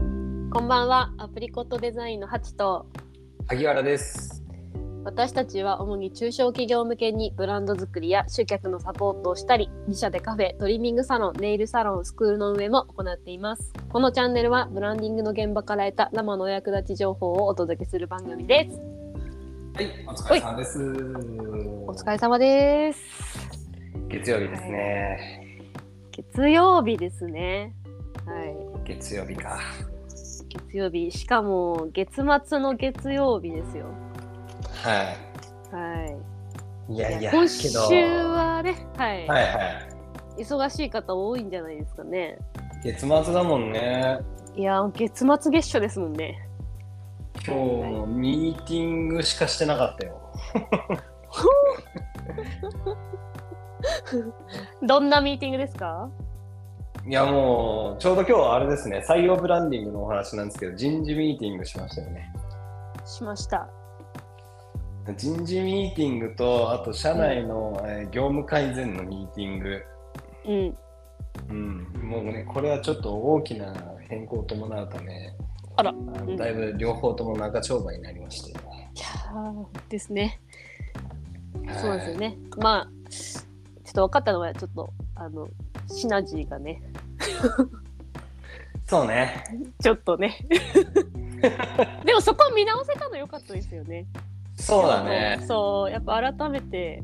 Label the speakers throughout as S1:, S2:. S1: んばんはアプリコットデザインのハチと
S2: 萩原です。
S1: 私たちは主に中小企業向けにブランド作りや集客のサポートをしたり自社でカフェトリミングサロンネイルサロンスクールの運営も行っていますこのチャンネルはブランディングの現場から得た生のお役立ち情報をお届けする番組です
S2: はい、お疲れさんです。
S1: お疲れ様です
S2: 月曜日ですね。
S1: 月曜日ですねはい
S2: 月曜日か。
S1: 月曜日しかも月末の月曜日ですよ
S2: は
S1: はい
S2: い。いやいや、
S1: 今
S2: け
S1: 週
S2: ど。
S1: はね、はい
S2: はいはい。
S1: 忙しい方多いんじゃないですかね
S2: 月末だもんね。
S1: いやー月末月初ですもんね
S2: 今日もミーティングしかしてなかったよ。
S1: どんなミーティングですか
S2: いやもう、ちょうど今日はあれですね、採用ブランディングのお話なんですけど、人事ミーティングしましたよね。
S1: しました
S2: 人事ミーティングと、あと社内の、えー業務改善のミーティング。
S1: うん
S2: うん、もうね、これはちょっと大きな変更を伴うため、
S1: あら
S2: の
S1: うん
S2: だいぶ両方とも長丁場になりまして、
S1: いやーですね
S2: はい
S1: そうですよねまあちょっと分かったのはちょっとあのシナジーがね
S2: そうね、
S1: ちょっと ねでもそこ見直せたの良かったですよね
S2: そうだね、
S1: そうやっぱ改めて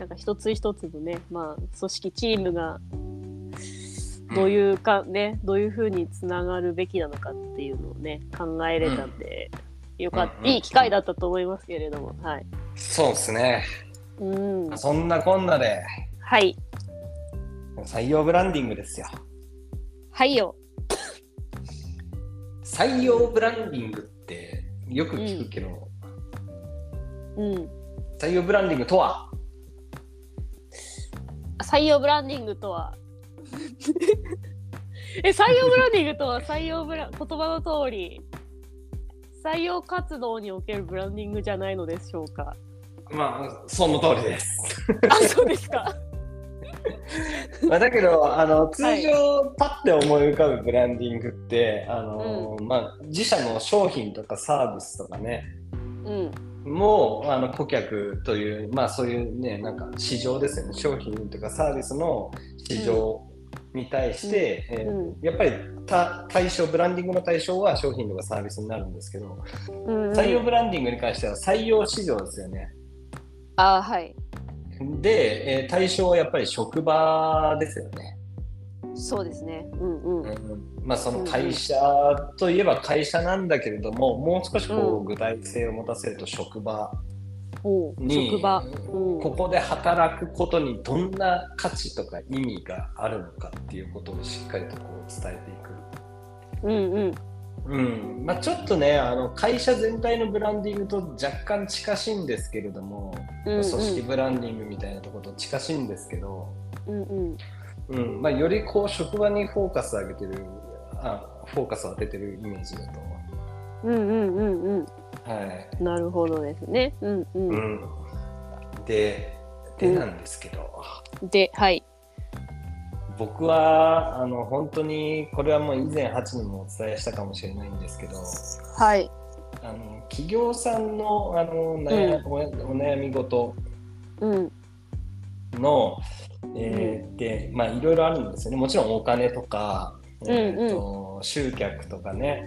S1: なんか一つ一つのね、まあ、組織チームがどう
S2: うん、
S1: いうか、ねどういうふうにつながるべきなのかっていうのをね考えれたんで、よかっ
S2: うんうん
S1: いい機会だったと思いますけれどもはい。
S2: そうですね、
S1: うん
S2: そんなこんなで、
S1: はい
S2: 採用ブランディングですよ。
S1: はいよ
S2: 採用ブランディングってよく聞くけど、
S1: うん、
S2: 採用ブランディングとは
S1: 採用ブランディングとは え採用ブランディングとは採用ブラ言葉の通り採用活動におけるブランディングじゃないのでしょうか
S2: まあ、その通りです。
S1: あそうですか
S2: まあだけどあの通常パッて思い浮かぶブランディングって、あのまあ、自社の商品とかサービスとかね
S1: うん
S2: もうあの顧客という、まあ、そういうねなんか市場ですよね商品とかサービスの市場に対して、えー
S1: うん
S2: やっぱりた対象ブランディングの対象は商品とかサービスになるんですけど
S1: うんうん
S2: 採用ブランディングに関しては採用市場ですよね。
S1: あはい
S2: で、えー対象はやっぱり職場ですよね。
S1: そうですねうんうん、
S2: うんまあ、その会社といえば会社なんだけれどももう少しこ
S1: うん
S2: う具体性を持たせると職場
S1: おう
S2: に、
S1: 職場、うん
S2: ここで働くことにどんな価値とか意味があるのかっていうことをしっかりとこう伝えていく。
S1: うんうん
S2: うんまあ、ちょっとねあの会社全体のブランディングと若干近しいんですけれども、
S1: うん
S2: 組織ブランディングみたいなところと近しいんですけど、
S1: うんうん
S2: うんまあ、よりこう職場にフォーカスを上げてるあフォーカスを当ててるイメージだと。
S1: うんうんうんう
S2: はい
S1: んなるほどですねうんう、
S2: うんん、ででなんですけど、
S1: ではい
S2: 僕はあの本当にこれはもう以前8にもお伝えしたかもしれないんですけど
S1: はい
S2: あの企業さんのあの悩、おお悩み事
S1: うん
S2: の、えーってまあいろいろあるんですよねもちろんお金とか、
S1: ん
S2: えーと集客とかね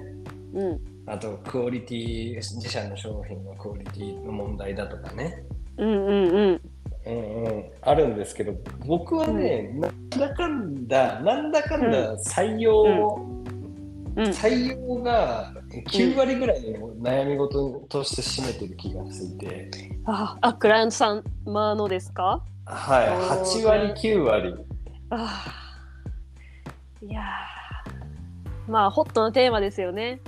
S1: うん
S2: あとクオリティ自社の商品のクオリティの問題だとかね、
S1: うんうんうん
S2: うんうん、あるんですけど僕はね、なんだかんだなんだかんだ採用を、
S1: うん
S2: 採用が9割ぐらいの悩み事として占めてる気がついて、
S1: ああクライアントさんまあのですか
S2: はい、
S1: おー
S2: 8割9割
S1: あーいやーまあホットなテーマですよね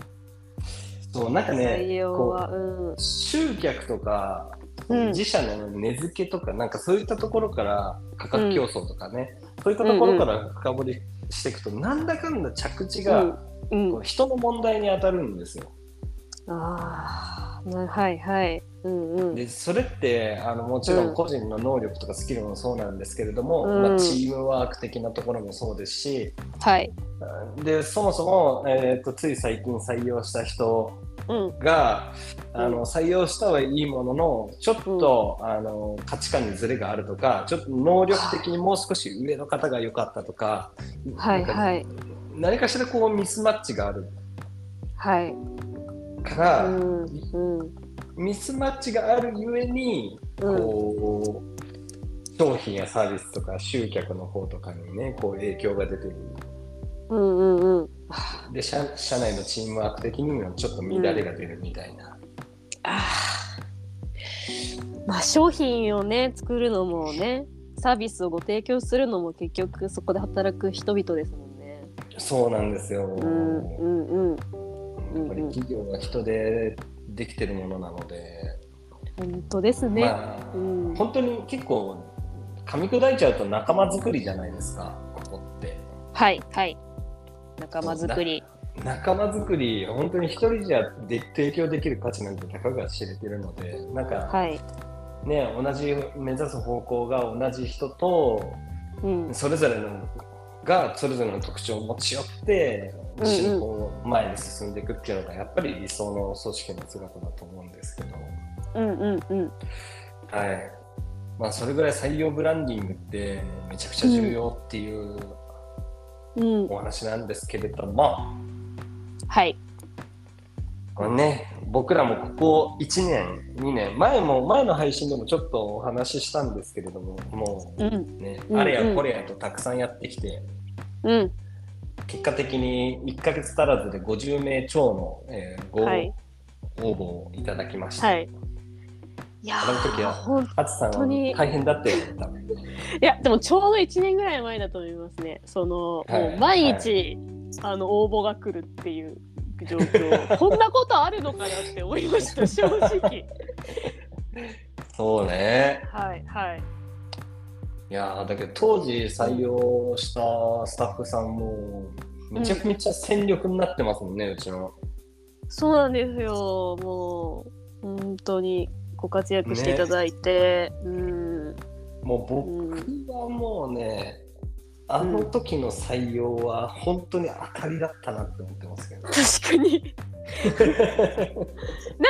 S2: そうなんか
S1: 採
S2: ね
S1: 用
S2: こ
S1: はうん
S2: う集客とか、
S1: うん
S2: 自社の根付けとかなんかそういったところから価格競争とかね、そういったところから深掘りしていくと、なんだかんだ着地が、
S1: うん、
S2: こ
S1: う
S2: う人の問題に当たるんですよ。
S1: ん、ああはいはいうんうん
S2: でそれってあのもちろ
S1: うん
S2: ん個人の能力とかスキルもそうなんですけれども、
S1: うん
S2: まあ、チームワーク的なところもそうですし、
S1: はい
S2: でそもそも、えー、とつい最近採用した人
S1: うん
S2: が、
S1: うん
S2: あの採用したはいいもののちょっと、あの価値観にズレがあるとかちょっと能力的にもう少し上の方が良かったとか,、
S1: はい
S2: なんか
S1: はい
S2: 何かしらこうミスマッチがある
S1: はい
S2: から、
S1: うんうん
S2: ミスマッチがあるゆえに
S1: うん
S2: こう、商品やサービスとか集客の方とかにねこう影響が出てくる
S1: うんうんうん
S2: で社社内のチームワーク的にもちょっと乱れが出るみたいな。
S1: あーまあ商品をね作るのもねサービスをご提供するのも結局そこで働く人々ですもんね。
S2: そうなんですよ。
S1: うんうんうん
S2: やっぱり企業は人でできてるものなので、
S1: 本当ですね。
S2: まあ
S1: うん
S2: 本当に結構噛み砕いちゃうと仲間作りじゃないですかここって
S1: はいはい仲間づくり。
S2: 仲間作り本当に一人じゃで提供できる価値なんてたかが知れてるのでなんか
S1: はい。
S2: ね、同じ目指す方向が同じ人と
S1: うん
S2: それぞれのがそれぞれの特徴を持ち寄って
S1: うんうん
S2: 一緒にこう前に進んでいくっていうのがやっぱり理想の組織の姿だと思うんですけど。
S1: うんうんうん。
S2: はい。まあ、それぐらい採用ブランディングってめちゃくちゃ重要っていう
S1: うん、
S2: お話なんですけれども、
S1: はい。
S2: これね、僕らもここ1年、2年、前も、前の配信でもちょっとお話ししたんですけれども、も
S1: う、
S2: うんね、
S1: うん
S2: あれやこれやとたくさんやってきて、
S1: うん、
S2: 結果的に1ヶ月足らずで50名超の、えーご
S1: はい、
S2: 応募をいただきました。
S1: はい。いや
S2: あの時
S1: ー、
S2: は
S1: ほん、い
S2: ハツさ
S1: 本
S2: ん
S1: 当に
S2: は大変だって言った。
S1: や、でもちょうど一年ぐらい前だと思いますね。その、
S2: はい
S1: もう毎日、あの応募が来るっていう状 況。こんなことあるのかなって思いました。正直。
S2: そうね。
S1: はい、はい。
S2: いやーだけど当時採用したスタッフさんもめちゃめちゃ戦力になってますもんね、うちの。
S1: そうなんですよ。もう、本当にご活躍していただいて。うん、
S2: もう僕
S1: うん、
S2: はもうね、あの時の採用は本当に当たりだったなって思ってますけど。
S1: 確かに。な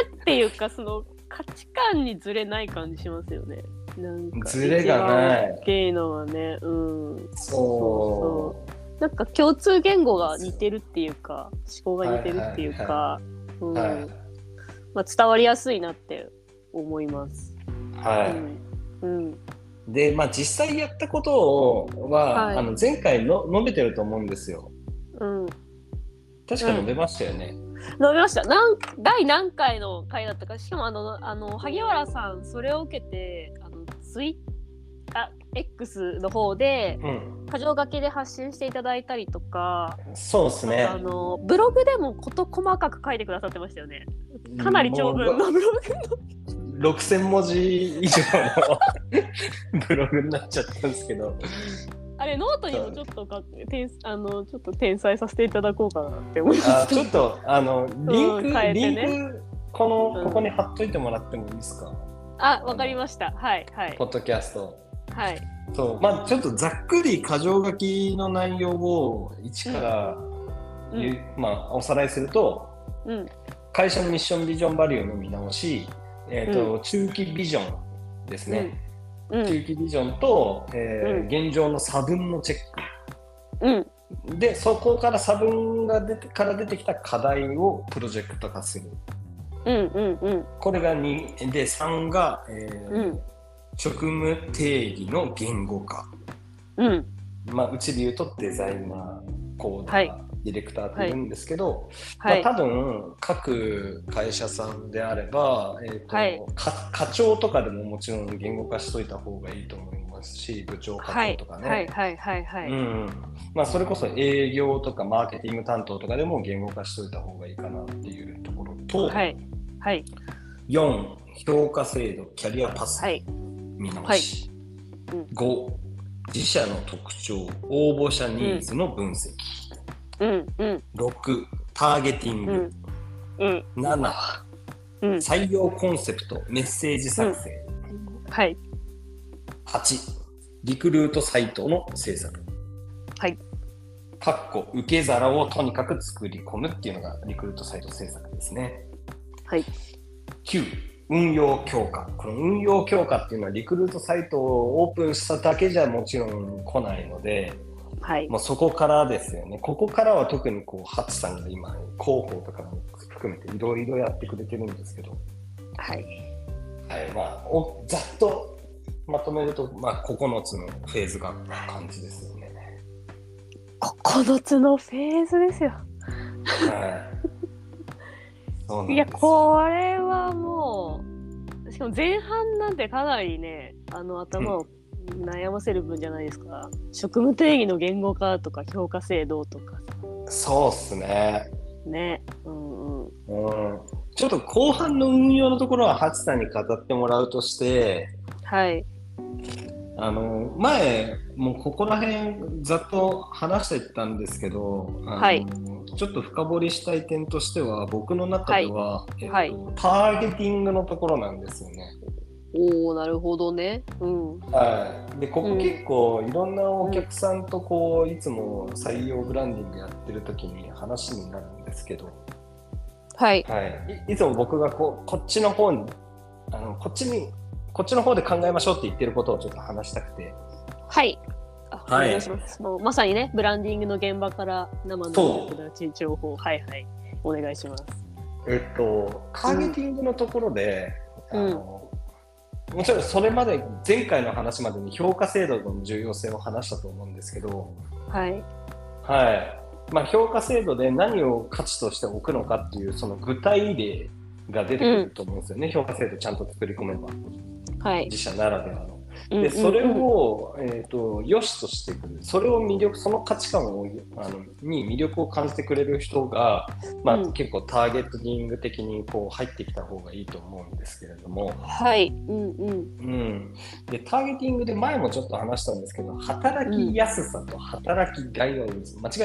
S1: んていうかその価値観にずれない感じしますよね。なんか
S2: ズレがない
S1: 一番大きいのはね、うん。
S2: そ
S1: そうなんか共通言語が似てるっていうか、思考が似てるっていうか、う
S2: う。
S1: ん
S2: はい。
S1: まあ伝わりやすいなって思います。
S2: はい。
S1: うん。うん。
S2: で、まあ実際やったことは、
S1: はい
S2: あの前回の述べてると思うんですよ。
S1: うん。
S2: 確か述べましたよね。
S1: 飲みました。なん第何回の回だったか、しかもあのあの萩原さんそれを受けてあのツイあ X の方で。
S2: うん。
S1: 箇条書きで発信していただいたりとか、
S2: そうですね
S1: あ。のブログでも事細かく書いてくださってましたよね。かなり長文のブログ。
S2: 6000文字以上の ブログになっちゃったんですけど
S1: あれノートにもちょっとか転あのちょっと転載させていただこうかなって思いま
S2: あ
S1: す。
S2: ちょっとあのリンク、
S1: うん変えて
S2: リン
S1: ね
S2: クこ
S1: う
S2: の
S1: ん
S2: ここに貼っといてもらってもいいですか、
S1: あ、わかりました。はいはい
S2: ポッドキャスト
S1: はい。
S2: そうまあちょっとざっくり箇条書きの内容を一から、
S1: うん
S2: ゆまあ、おさらいすると
S1: うん
S2: 会社のミッションビジョンバリューの見直し、えーと中期ビジョンですね、
S1: うん
S2: 中期ビジョンと、えー
S1: うん
S2: 現状の差分のチェック
S1: うん
S2: でそこから差分が出てから出てきた課題をプロジェクト化する
S1: うんうんうん
S2: これが2で3が、えー
S1: うん
S2: 職務定義の言語化、
S1: うん
S2: まあ、うちで言うとデザイナーコーダー、
S1: はい
S2: ディレクターって言うんですけど、
S1: はい
S2: まあ、多分各会社さんであれば、えーと
S1: はい
S2: か課長とかでももちろん言語化しといた方がいいと思いますし部長課
S1: はい
S2: 長とかね。
S1: はいはいはいは
S2: う
S1: い。
S2: んまあ、それこそ営業とかマーケティング担当とかでも言語化しといた方がいいかなっていうところと、
S1: はいはい
S2: 4評価制度キャリアパス
S1: はい
S2: 見直し、
S1: はいうん
S2: 5自社の特徴応募者ニーズの分析、
S1: うんうん
S2: 6ターゲティン
S1: う
S2: グ
S1: ん、うん
S2: 7
S1: うん
S2: 採用コンセプトメッセージ作成、
S1: はい
S2: 8リクルートサイトの制作、
S1: はい
S2: かっこ受け皿をとにかく作り込むっていうのがリクルートサイト政策ですね。
S1: はい。
S2: 9運用強化この運用強化っていうのはリクルートサイトをオープンしただけじゃもちろん来ないので、
S1: はい。
S2: まあ、そこからですよねここからは特にこうハチさんが今広報とかも含めていろいろやってくれてるんですけど、
S1: はい。
S2: はいまあ、おざっとまとめると、まあ、9つのフェーズが感じですよね。
S1: 9つのフェーズですよ。
S2: はいそうなんです
S1: いや、これはもう、しかも前半なんてかなりね、あの頭を悩ませる分じゃないですか。職務定義の言語化とか評価制度とかさ
S2: そうっすね。
S1: ね。うんうん。
S2: うんちょっと後半の運用のところはハチさんに語ってもらうとして
S1: はい。
S2: あの前もうここら辺ざっと話してたんですけど、あの
S1: はい
S2: ちょっと深掘りしたい点としては僕の中では、えっと
S1: はい
S2: ターゲティングのところなんですよね。
S1: おー、なるほどね。うん。
S2: はい、でこ
S1: う
S2: こ
S1: ん
S2: 結構いろんなお客さんとこういつも採用ブランディングやってる時に話になるんですけど、
S1: はい。
S2: はい、いいつも僕がこうこっちの方にあのこっちにこっちの方で考えましょうって言ってることをちょっと話したくて
S1: はい。あお
S2: はい
S1: 願いします。もうまさにね、ブランディングの現場から生の
S2: そう
S1: 役立ち情報、はいはい、お願いします。
S2: えっとターゲティングのところで、
S1: うん
S2: あのもちろんそれまで前回の話までに評価制度の重要性を話したと思うんですけど、
S1: はい。
S2: はいまあ、評価制度で何を価値として置くのかっていうその具体例が出てくると思うんですよね、評価制度ちゃんと作り込めば
S1: はい。
S2: 自社ならでは
S1: うん
S2: の。
S1: うんうん
S2: でそれを、えー、と良しとしてくれるそれを魅力その価値観をあのに魅力を感じてくれる人が、まあ
S1: うん
S2: 結構ターゲットディング的にこう入ってきた方がいいと思うんですけれども、
S1: はい。うんうん。
S2: うん、でターゲティングで前もちょっと話したんですけど働きやすさと働きがいを間違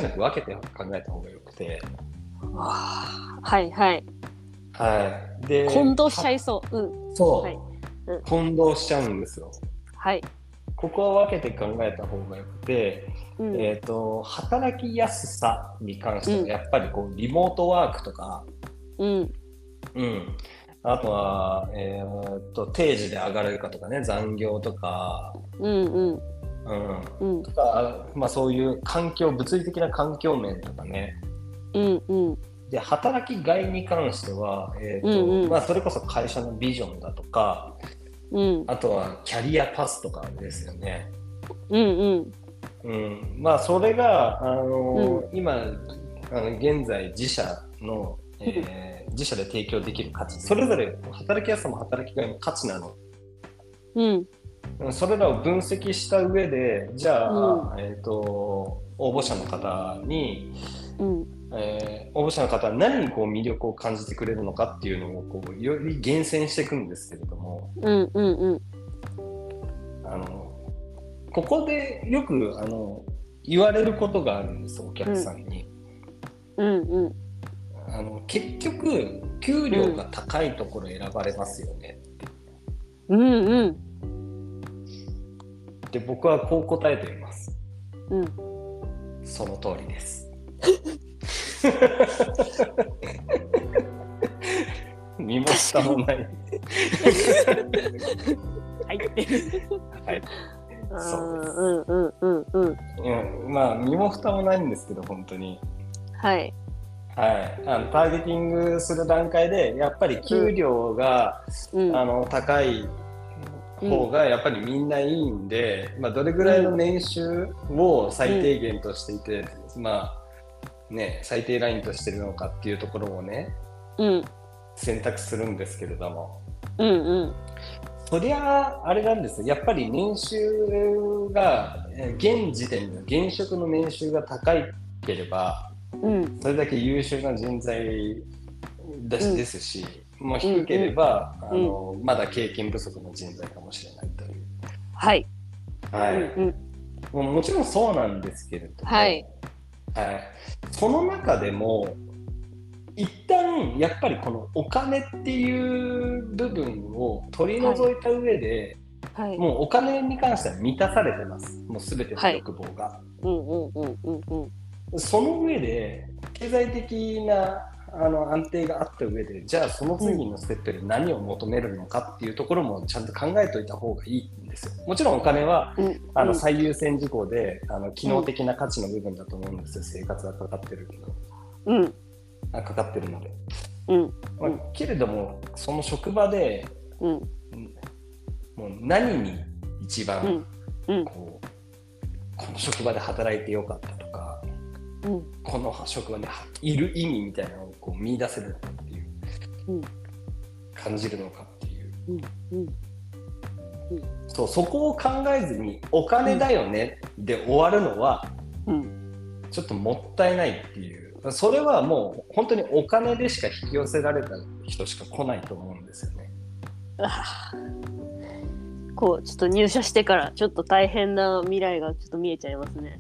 S2: いなく分けて考えた方がよくて、
S1: はいはい。
S2: はい、で
S1: 混同しちゃいそう。うん。
S2: そう、
S1: はいうん
S2: 混同しちゃうんですよ。
S1: はい。
S2: ここは分けて考えた方がよくて、
S1: うん。
S2: えー、と働きやすさに関してはやっぱりこうリモートワークとか、
S1: うん。
S2: うん、あとは、えー、と定時で上がれるかとかね残業とか,、
S1: うんうん
S2: うん
S1: うん
S2: とかまあ、そういう環境物理的な環境面とかね
S1: うんうん
S2: で働きがいに関しては、えーと
S1: うんうん
S2: まあ、それこそ会社のビジョンだとか
S1: うん
S2: あとはキャリアパスとかですよね。
S1: うんうん
S2: うん、まあそれが、あの今あの現在自社の、えー自社で提供できる価値それぞれ働きやすさも働きがいも価値なの
S1: うん
S2: うんそれらを分析した上でじゃあ、
S1: う
S2: えっ、と応募者の方に、
S1: うん
S2: えー応募者の方は何にこう魅力を感じてくれるのかっていうのをこうより厳選していくんですけれども
S1: うんうんうん
S2: あのここでよくあの言われることがあるんですお客さんに。
S1: うん
S2: あの結局給料が高いところ選ばれますよね、
S1: うんうん
S2: で僕はこう答えています
S1: うん
S2: その通りです。 身も下もない。
S1: はい
S2: はい
S1: あー
S2: そうです
S1: うんうんうんうん
S2: うん、まあ身も蓋もないんですけど本当に。
S1: はい
S2: はい、あのターゲティングする段階でやっぱり給料が、
S1: うん
S2: あの高い方がやっぱりみんないいんで、まあ、どれぐらいの年収を最低限としていて、まあね、最低ラインとしてるのかっていうところをね
S1: うん
S2: 選択するんですけれども
S1: うんうん
S2: そりゃあれなんですよやっぱり年収がえー現時点で現職の年収が高いければ
S1: うん
S2: それだけ優秀な人材だし
S1: うん
S2: ですし、もう低ければ、
S1: んうん
S2: あのまだ経験不足の人材かもしれないという。
S1: はい
S2: は
S1: うんうん
S2: もうもちろんそうなんですけれども、
S1: はい
S2: はいその中でも一旦やっぱりこのお金っていう部分を取り除いた上で、
S1: はい。
S2: もうお金に関しては満たされてますもう全ての欲望が、
S1: うんうんうんうんうん。
S2: その上で経済的なあの安定があった上でじゃあその次のステップで何を求めるのかっていうところもちゃんと考えておいた方がいいんですよ。もちろんお金は
S1: うん
S2: あの最優先事項であの機能的な価値の部分だと思うんですよ生活がかかってるけど
S1: うん
S2: あかかってるので、
S1: うん
S2: まあ
S1: うん
S2: けれどもその職場で
S1: うん
S2: もう何に一
S1: う
S2: 番
S1: んうん
S2: こうこの職場で働いてよかったとか
S1: うん
S2: この職場にいる意味みたいなのをこう見出せるのかっていう、
S1: うん
S2: 感じるのかっていう
S1: うん
S2: そうそこを考えずにお金だよねで終わるのは
S1: うん
S2: ちょっともったいないっていうそれはもう本当にお金でしか引き寄せられた人しか来ないと思うんですよね。
S1: こうちょっと入社してからちょっと大変な未来がちょっと見えちゃいますね。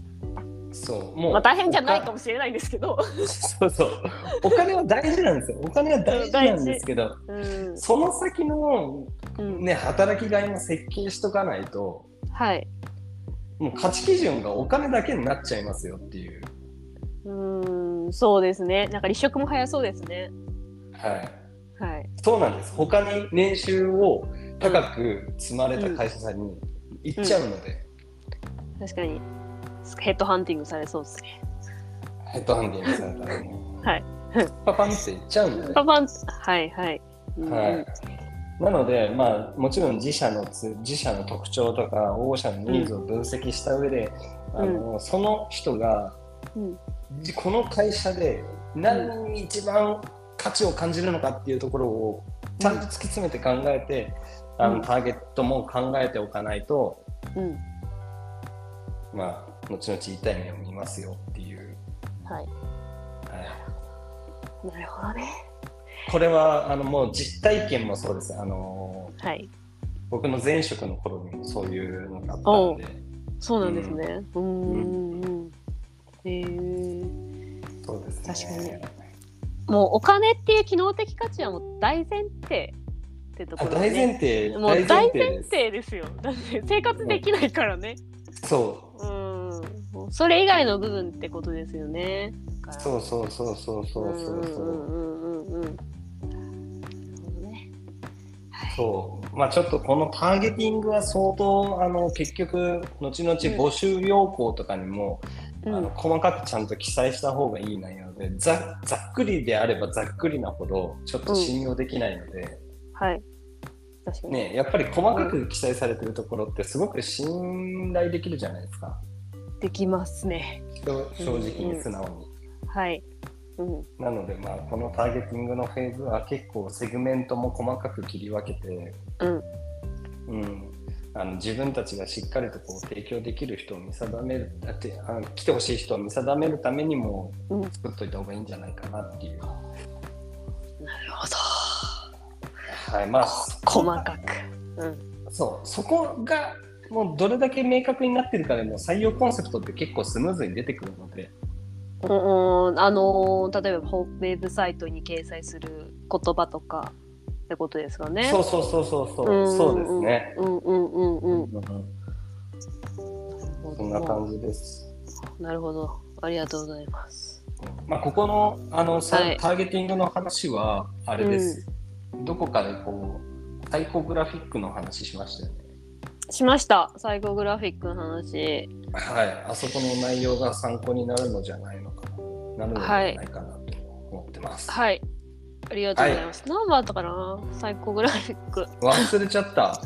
S2: そうもう
S1: まあ大変じゃないかもしれないんですけど。
S2: そうそうお金は大事なんですよお金は大事なんですけど
S1: うん
S2: その先の、
S1: うん、
S2: ね、働きがいも設計しとかないと
S1: はい。
S2: もう価値基準がお金だけになっちゃいますよっていう、
S1: うーんそうですね。なんか離職も早そうですね。
S2: はい、
S1: はい。
S2: そうなんです他に年収を高く積まれた会社さんに行っちゃうので、
S1: 確かにヘッドハンティングされそうですね。
S2: ヘッドハンディングされたらね、
S1: はい、
S2: パパンって行っちゃうので、
S1: パパンはいはい。うん
S2: はい、なので、まあ、もちろん自社のつ自社の特徴とか保護者のニーズを分析した上で、
S1: ん
S2: あのその人が
S1: うん
S2: じこの会社で何に一番価値を感じるのかっていうところをちゃんと突き詰めて考えて、あ
S1: うん
S2: のターゲットも考えておかないと、
S1: うん
S2: まあ、後々痛い目を見ますよっていう、
S1: はい。
S2: は
S1: なるほどね。
S2: い、これはあのもう実体験もそうですあの
S1: はい。
S2: 僕の前職の頃にもそういうのがあったんで
S1: そうなんですね。うーん。うんへえ
S2: そうですね
S1: 確もうお金っていう機能的価値はもう大前提ってとこ
S2: あ
S1: ろ
S2: 大前提
S1: もう大前
S2: です
S1: 提ですよ。だって生活できないからね。
S2: そう
S1: うん。もうそれ以外の部分ってことですよね。だから
S2: そうそうそうそうそうそうそう,、
S1: うんうんうんうんうん。なるほどね。
S2: そうまあちょっとこのターゲティングは相当あの結局後々募集要項とかにも、
S1: うん
S2: あの細かくちゃんと記載した方がいい内容でざざっくりであればざっくりなほどちょっと信用できないので、
S1: はい。確かに。
S2: ねやっぱり細かく記載されてるところってすごく信頼できるじゃないですか
S1: できますね。
S2: 正正直に素直に。
S1: はい。うん。
S2: なので、まあ、このターゲティングのフェーズは結構セグメントも細かく切り分けて、
S1: うん
S2: うんあの自分たちがしっかりとこう提供できる人を見定めるあてあ来てほしい人を見定めるためにも
S1: うん
S2: 作っといた方がいいんじゃないかなっていう、
S1: なるほど。
S2: はいまあ、
S1: 細かく。うん。
S2: そうそこがもうどれだけ明確になってるかでも採用コンセプトって結構スムーズに出てくるので
S1: うんうんあのー例えばホウェブサイトに掲載する言葉とかってことですかね。
S2: そうそうそうそうそう、
S1: うんうん
S2: そうですね、
S1: うんうんうんうん。
S2: そんな感じです。
S1: なるほど。ありがとうございます。
S2: まあ、ここのあの、さ
S1: はい
S2: ターゲティングの話はあれです、どこかでこうサイコグラフィックの話しましたよね
S1: しました。サイコグラフィックの話。
S2: はいあそこの内容が参考になるのじゃないのかななるのではないかなと思ってます、
S1: はい。ありがとうございます。何番あったかなサイコグラフィック。
S2: 忘れちゃった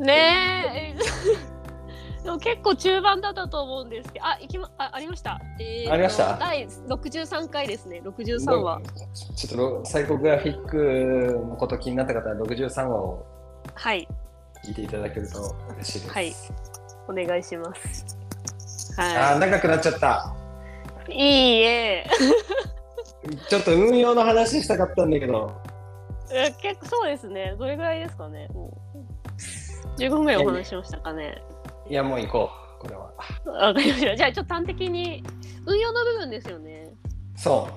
S1: ねえ。 でも結構中盤だったと思うんですけど、あ、いきま、あ、ありました。えーと
S2: ありました
S1: 第六十三回ですね。六十三話。
S2: ちょっとろサイコグラフィックのこと気になった方は63話を
S1: はい、
S2: 聞いていただけると嬉しいです、
S1: はいお願いします。
S2: あ
S1: は
S2: ー長くなっちゃった
S1: い。いいえ。
S2: ちょっと運用の話したかったんだけど
S1: え結構そうですね。どれぐらいですかね。もう十五分ぐらいお話ししましたかね。
S2: いやもう行こうこれは
S1: わかりました。じゃあちょっと端的に運用の部分ですよね。
S2: そ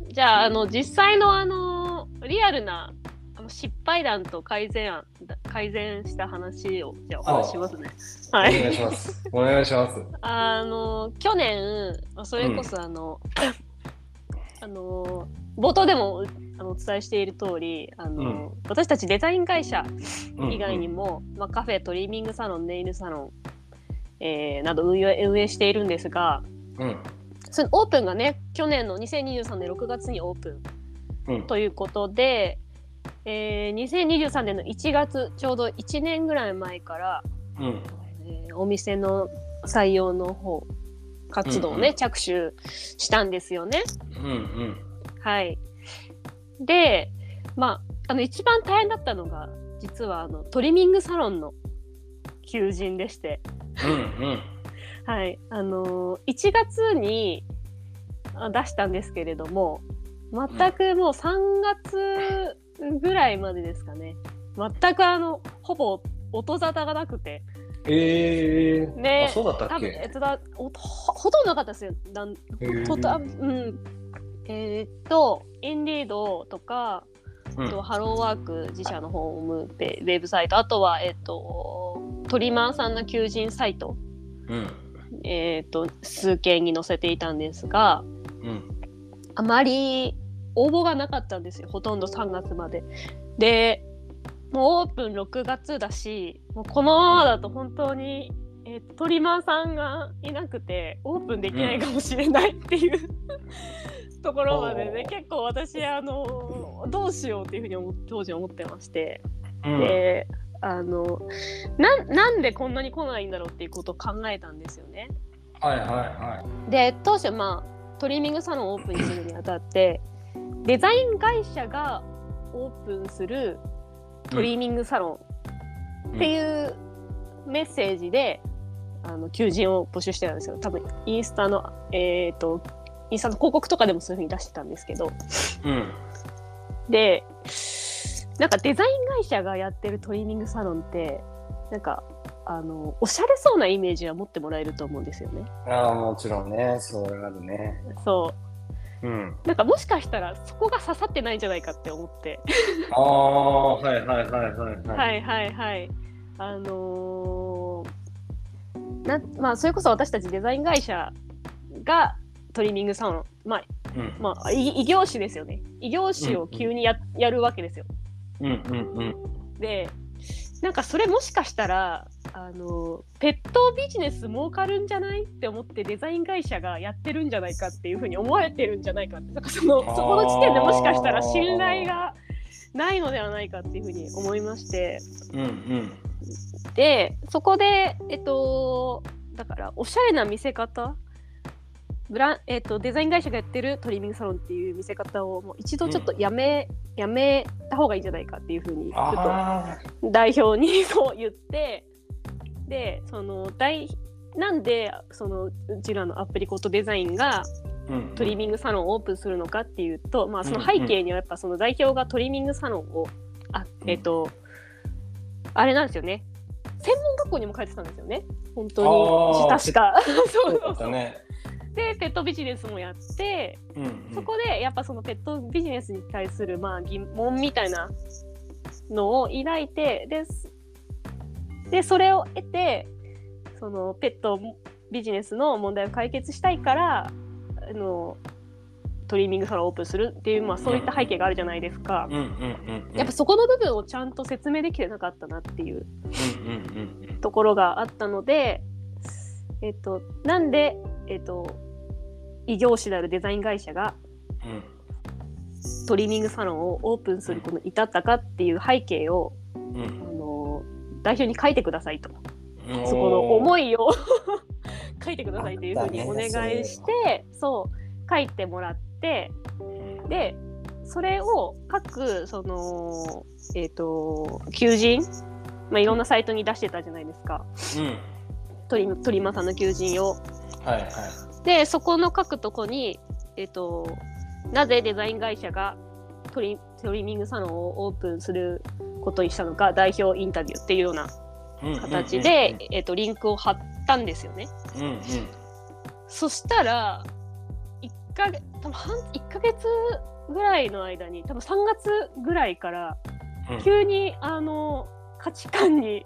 S2: う
S1: じゃああの実際のあのリアルなの失敗談と改善案だ改善した話をじゃあお
S2: ああ
S1: 話しますね。は
S2: お願い
S1: い、
S2: します。お願いします。
S1: あの去年それこそあの、あの冒頭でもあのお伝えしている通りあの、私たちデザイン会社
S2: うん
S1: 以外にも、まあ、カフェトリミングサロンネイルサロン、えーなど運営運営しているんですが
S2: うん
S1: そのオープンがね去年の2023年6月にオープン
S2: うん
S1: ということで、えー2023年の1月ちょうど1年ぐらい前から、
S2: うん
S1: えーお店の採用の方活動をね、
S2: うんうん
S1: 着手したんですよね。
S2: うん
S1: はい、でまああの一番大変だったのが実はあのトリミングサロンの求人でして。
S2: うんうん
S1: はい、あのー1月にあ出したんですけれども全くもう3月ぐらいまでですかね全くあのほぼ音沙汰がなくて
S2: ええー
S1: ね
S2: あそうだっ
S1: 多
S2: たっ
S1: 分えっ
S2: け
S1: とだおとほほとんどなかったですよなんほとあうんえーっとインディードとかあとハローワーク自社のホームペウェブサイトあとはえーっとトリマーさんの求人サイト
S2: うん
S1: えー、と数件に載せていたんですが
S2: うん
S1: あまり応募がなかったんですよほとんど3月まで。でもうオープン6月だしもうこのままだと本当に、えーとトリマーさんがいなくてオープンできないかもしれないっていうところまでね
S2: おー
S1: 結構私あのどうしようっていうふうに思っ当時思ってまして。
S2: うん
S1: であのなんなんでこんなに来ないんだろうっていうことを考えたんですよね。
S2: はいはいは
S1: で当初まあトリミングサロンをオープンするにあたってデザイン会社がオープンするトリミングサロンっていうメッセージで、あの求人を募集してたんですよ多分インスタのえっ、とインスタの広告とかでもそういうふうに出してたんですけど
S2: いうん
S1: でなんかデザイン会社がやってるトリミングサロンってなんかあのおしゃれそうなイメージは持ってもらえると思うんですよね。
S2: ああもちろんねそうなるね
S1: そう
S2: うん
S1: なんかもしかしたらそこが刺さってないんじゃないかって思って、
S2: ああはいはいはいはいい
S1: はいはいはいあのーなまあそれこそ私たちデザイン会社がトリミングサロンまあ
S2: うん
S1: まあ異異業種ですよね異業種を急にや,、やるわけですよ
S2: うんうんうん
S1: でなんかそれもしかしたらあのーペットビジネス儲かるんじゃないって思ってデザイン会社がやってるんじゃないかっていうふうに思われてるんじゃないかってなんかその
S2: あー
S1: そこの時点でもしかしたら信頼がないのではないかっていうふうに思いまして
S2: うんうん
S1: でそこでえっとだからおしゃれな見せ方ブランえっと、デザイン会社がやってるトリミングサロンっていう見せ方をもう一度ちょっとやめ、やめた方がいいんじゃないかっていうふうにちょっと
S2: ああ
S1: 代表にそう言ってでその代なんでそのうちらのアプリコットデザインが
S2: うん
S1: トリミングサロンをオープンするのかっていうと、まあ、その
S2: うん
S1: 背景にはやっぱその代表がトリミングサロンをあ
S2: うん
S1: えっ、とあれなんですよね専門学校にも書いてたんですよね本当に
S2: あ
S1: 確
S2: ー
S1: かそう
S2: そう
S1: そ
S2: だ
S1: う
S2: っ
S1: そ
S2: た
S1: う、
S2: ね
S1: でペットビジネスもやって
S2: うんうん
S1: そこでやっぱそのペットビジネスに対するまあ疑問みたいなのを抱いてですでそれを得てそのペットビジネスの問題を解決したいからあのトリミングサロンをオープンするっていう、まあ、そういった背景があるじゃないですか
S2: うん。うんうん
S1: やっぱそこの部分をちゃんと説明できてなかったなっていう
S2: うんうんうん
S1: ところがあったので、えっと、なんで、えっと、異業種であるデザイン会社が
S2: うんうん
S1: トリミングサロンをオープンすることに至ったかっていう背景を、
S2: う
S1: あ
S2: ん
S1: の代表に書いてくださいと
S2: うん
S1: そこの思いを 書いてくださいというふうに
S2: あ
S1: お
S2: った
S1: 願
S2: ね
S1: いしてそう書いてもらって
S2: うん
S1: でそれを各そのえっ、と求人、まあ、いろんなサイトに出してたじゃないですか
S2: うん
S1: トリトリマさんの求人を。
S2: はいはい
S1: でそこの書くとこに、えっとなぜデザイン会社がトリトリミングサロンをオープンすることにしたのか代表インタビューっていうような
S2: うんうんうん
S1: 形で、えっとリンクを貼ったんですよね。
S2: うんうん
S1: そしたら1か多分半1ヶ月ぐらいの間に多分3月ぐらいから
S2: うん
S1: 急にあの価値観に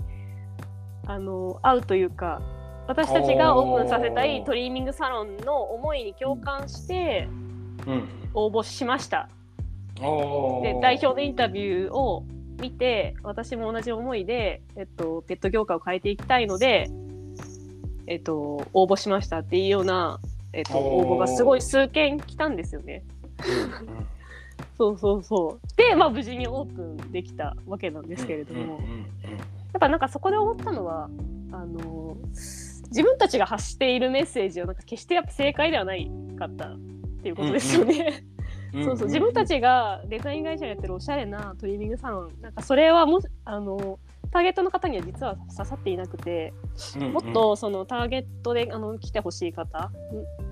S1: あの合うというか私たちがオープンさせたい
S2: おー
S1: トリミングサロンの思いに共感して
S2: うん
S1: 応募しました。
S2: おー
S1: で代表のインタビューを見て私も同じ思いで、えっと、ペット業界を変えていきたいので、えっと、応募しましたっていうような、えっと、
S2: おー
S1: 応募がすごい数件来たんですよね。
S2: うんうん
S1: そうそうそうで、まあ、無事にオープンできたわけなんですけれども、
S2: うん
S1: や
S2: うんうんうん
S1: っぱなんかそこで思ったのはあの自分たちが発しているメッセージをなんか決してやっぱ正解ではないかったっていうことですよね。そうそう自分た
S2: ち
S1: ちがデザイン会社でやってるおしゃれなトリミングサロンなんかそれはもしあのターゲットの方には実は刺さっていなくてもっとそのターゲットであの来てほしい方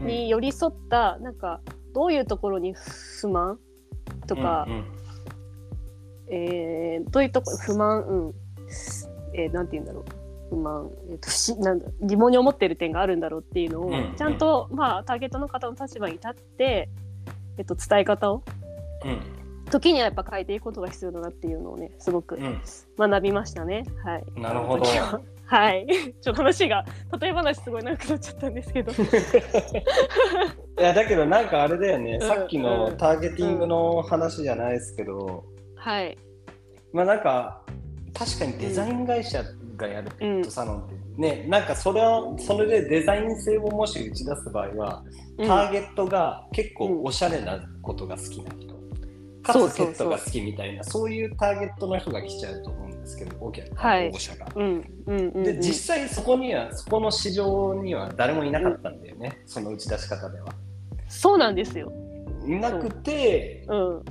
S1: に寄り添ったなんかどういうところに不満とか、えーどういうとこ不満、うんえーなんて言うんだろう不満、えーと不思なんだ疑問に思ってる点があるんだろうっていうのを、
S2: うん
S1: ちゃんと、まあ、ターゲットの方の立場に立って、えっと伝え方を時にはやっぱ変えていくことが必要だなっていうのをねすごく学びましたね。はい。
S2: なるほど
S1: あの時ははい。 ちょっと話が例え話すごい長くなっちゃったんですけ ど。
S2: いやだけどなんかあれだよね、
S1: うん
S2: さっきのターゲティングの話じゃないですけど、
S1: はい。
S2: まあなんか確かにデザイン会社がやるペットサロンって、ねなんかそれをそれでデザイン性をもし打ち出す場合は、
S1: うん
S2: ターゲットが結構おしゃれなことが好きな人、か
S1: そう
S2: つ
S1: そ
S2: ペ
S1: うそう
S2: ットが好きみたいなそういうターゲットの人が来ちゃうと思うんですけどお客
S1: はい
S2: 保護者が。
S1: うんうんうんうん。
S2: で実際そこにはそこの市場には誰もいなかったんだよね、その打ち出し方では。
S1: そうなんですよ。
S2: いなくて
S1: うん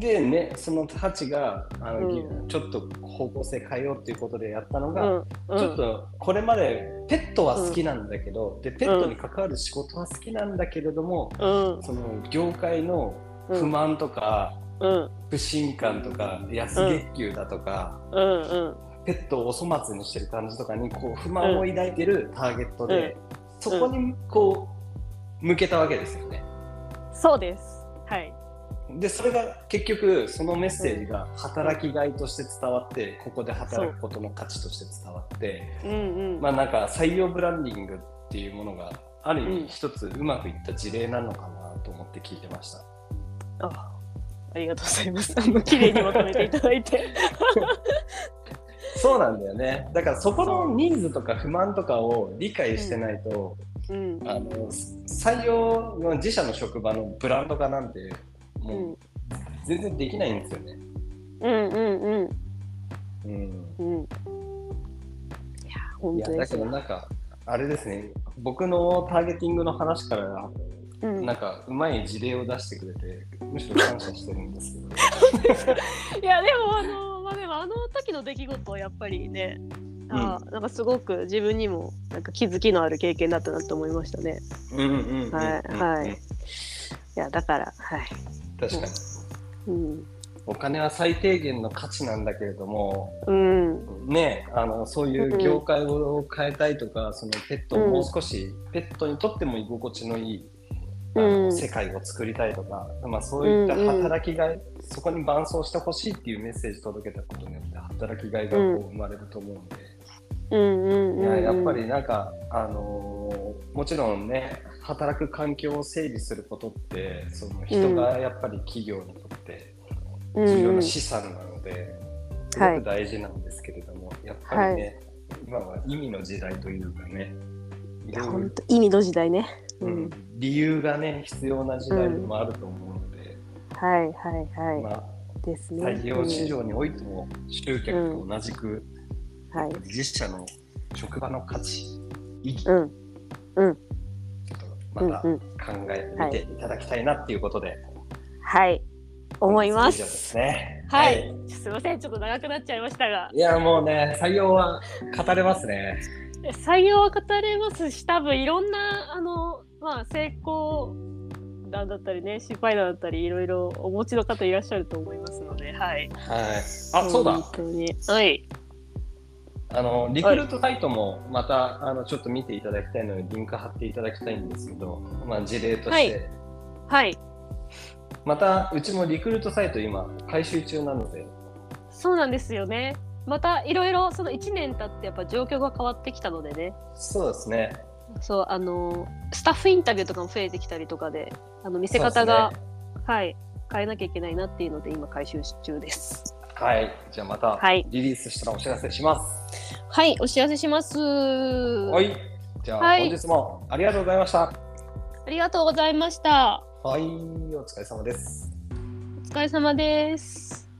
S2: でねそのハチがあの、
S1: う
S2: ちょっと方向性変えようっていうことでやったの
S1: う
S2: が、
S1: んうん。
S2: ちょっとこれまでペットは好きなんだけど、でペットに関わる仕事は好きなんだけれども、
S1: うん
S2: その業界の
S1: うん
S2: 不満とか、
S1: うん
S2: 不信感とか安月給だとか、
S1: うんうん
S2: ペットをお粗末にしてる感じとかにこう不満を抱いてるターゲットで、そこにこう向けたわけですよね。
S1: そうです。はい。
S2: でそれが結局そのメッセージが働きがいとして伝わってここで働くことの価値として伝わって
S1: うんうん。
S2: まあなんか採用ブランディングっていうものがある意
S1: うん
S2: 味一つうまくいった事例なのかなと思って聞いてました。
S1: あありがとうございます。あの綺麗にまとめていただい て。
S2: そうなんだよねだからそこのニーズとか不満とかを理解してないと、
S1: うん
S2: あの採用の自社の職場のブランド化なんて
S1: う
S2: も
S1: ん
S2: う全然できないんですよね。
S1: うんうん
S2: うん
S1: うんうん。いや
S2: い
S1: 本
S2: や
S1: 当で
S2: だ
S1: す
S2: け
S1: ね
S2: ど。なんかあれですね僕のターゲティングの話から
S1: うん
S2: なんかうまい事例を出してくれてむしろ感謝してるんですけど
S1: いやでもあのまあでもあの時の出来事はやっぱりね、あーなんかすごく自分にもなんか気づきのある経験だったなと思いましたね。
S2: うんうんうんうん
S1: はいはいいやだからはい。
S2: 確かに
S1: うん
S2: お金は最低限の価値なんだけれども
S1: うん
S2: ねあのそういう業界を変えたいとか、そのペットをもう少し、ペットにとっても居心地のいいあの、
S1: うん
S2: 世界を作りたいとか、まあ、そういった
S1: うんうん
S2: 働きがい、そこに伴走してほしいっていうメッセージ届けたことによって働きがいがこう生まれると思うんで。
S1: うんうん
S2: い
S1: うんう
S2: や
S1: ん。
S2: やっぱりなんか、あのーもちろんね働く環境を整理することってその人がやっぱり企業にとって
S1: うん
S2: 重要
S1: うん
S2: な資産なので、す
S1: は
S2: ご
S1: い
S2: く大事なんですけれども、やっぱりね、今は意味の時代というかねい
S1: いや
S2: ろいろ
S1: 本当意味の時代ね。う
S2: うんん、理由がね必要な時代でもあると思うので、
S1: はいはいはい、
S2: まあ、
S1: ですね。
S2: 採用市場においても集客と同じく、
S1: うんはい。
S2: 実社の職場の価値意義
S1: う
S2: と
S1: んう
S2: ま
S1: ん
S2: た、
S1: うん
S2: 考えてみていただきたいなっていうことで、
S1: はい思いま。
S2: 以上ですすね。
S1: はい、すみませんちょっと長くなっちゃいましたが
S2: い。やもうね採用は語れますね。
S1: 採用は語れますし多分いろんなあの、まあ、成功談だったりね失敗談だったりいろいろお持ちの方いらっしゃると思いますのではい
S2: はい。あそうだ
S1: 本。当にはい
S2: あのリクルートサイトもまたあのちょっと見ていただきたいのでリンク貼っていただきたいんですけど、まあ事例として、
S1: はいはい
S2: またうちもリクルートサイト今改修中なので、
S1: そうなんですよね。またいろいろその1年経ってやっぱ状況が変わってきたのでね
S2: そうですね。
S1: そうあのスタッフインタビューとかも増えてきたりとかであの見せ
S2: そう
S1: 方
S2: ですね
S1: が、はい変えなきゃいけないなっていうので今回収中です。
S2: はい。じゃあまた
S1: はい
S2: リリースしたらお知らせします。
S1: はいお知らせします。
S2: はい。じゃあ、
S1: はい
S2: 本日もありがとうございました。
S1: ありがとうございました。
S2: はい。お疲れ様です。
S1: お疲れ様です。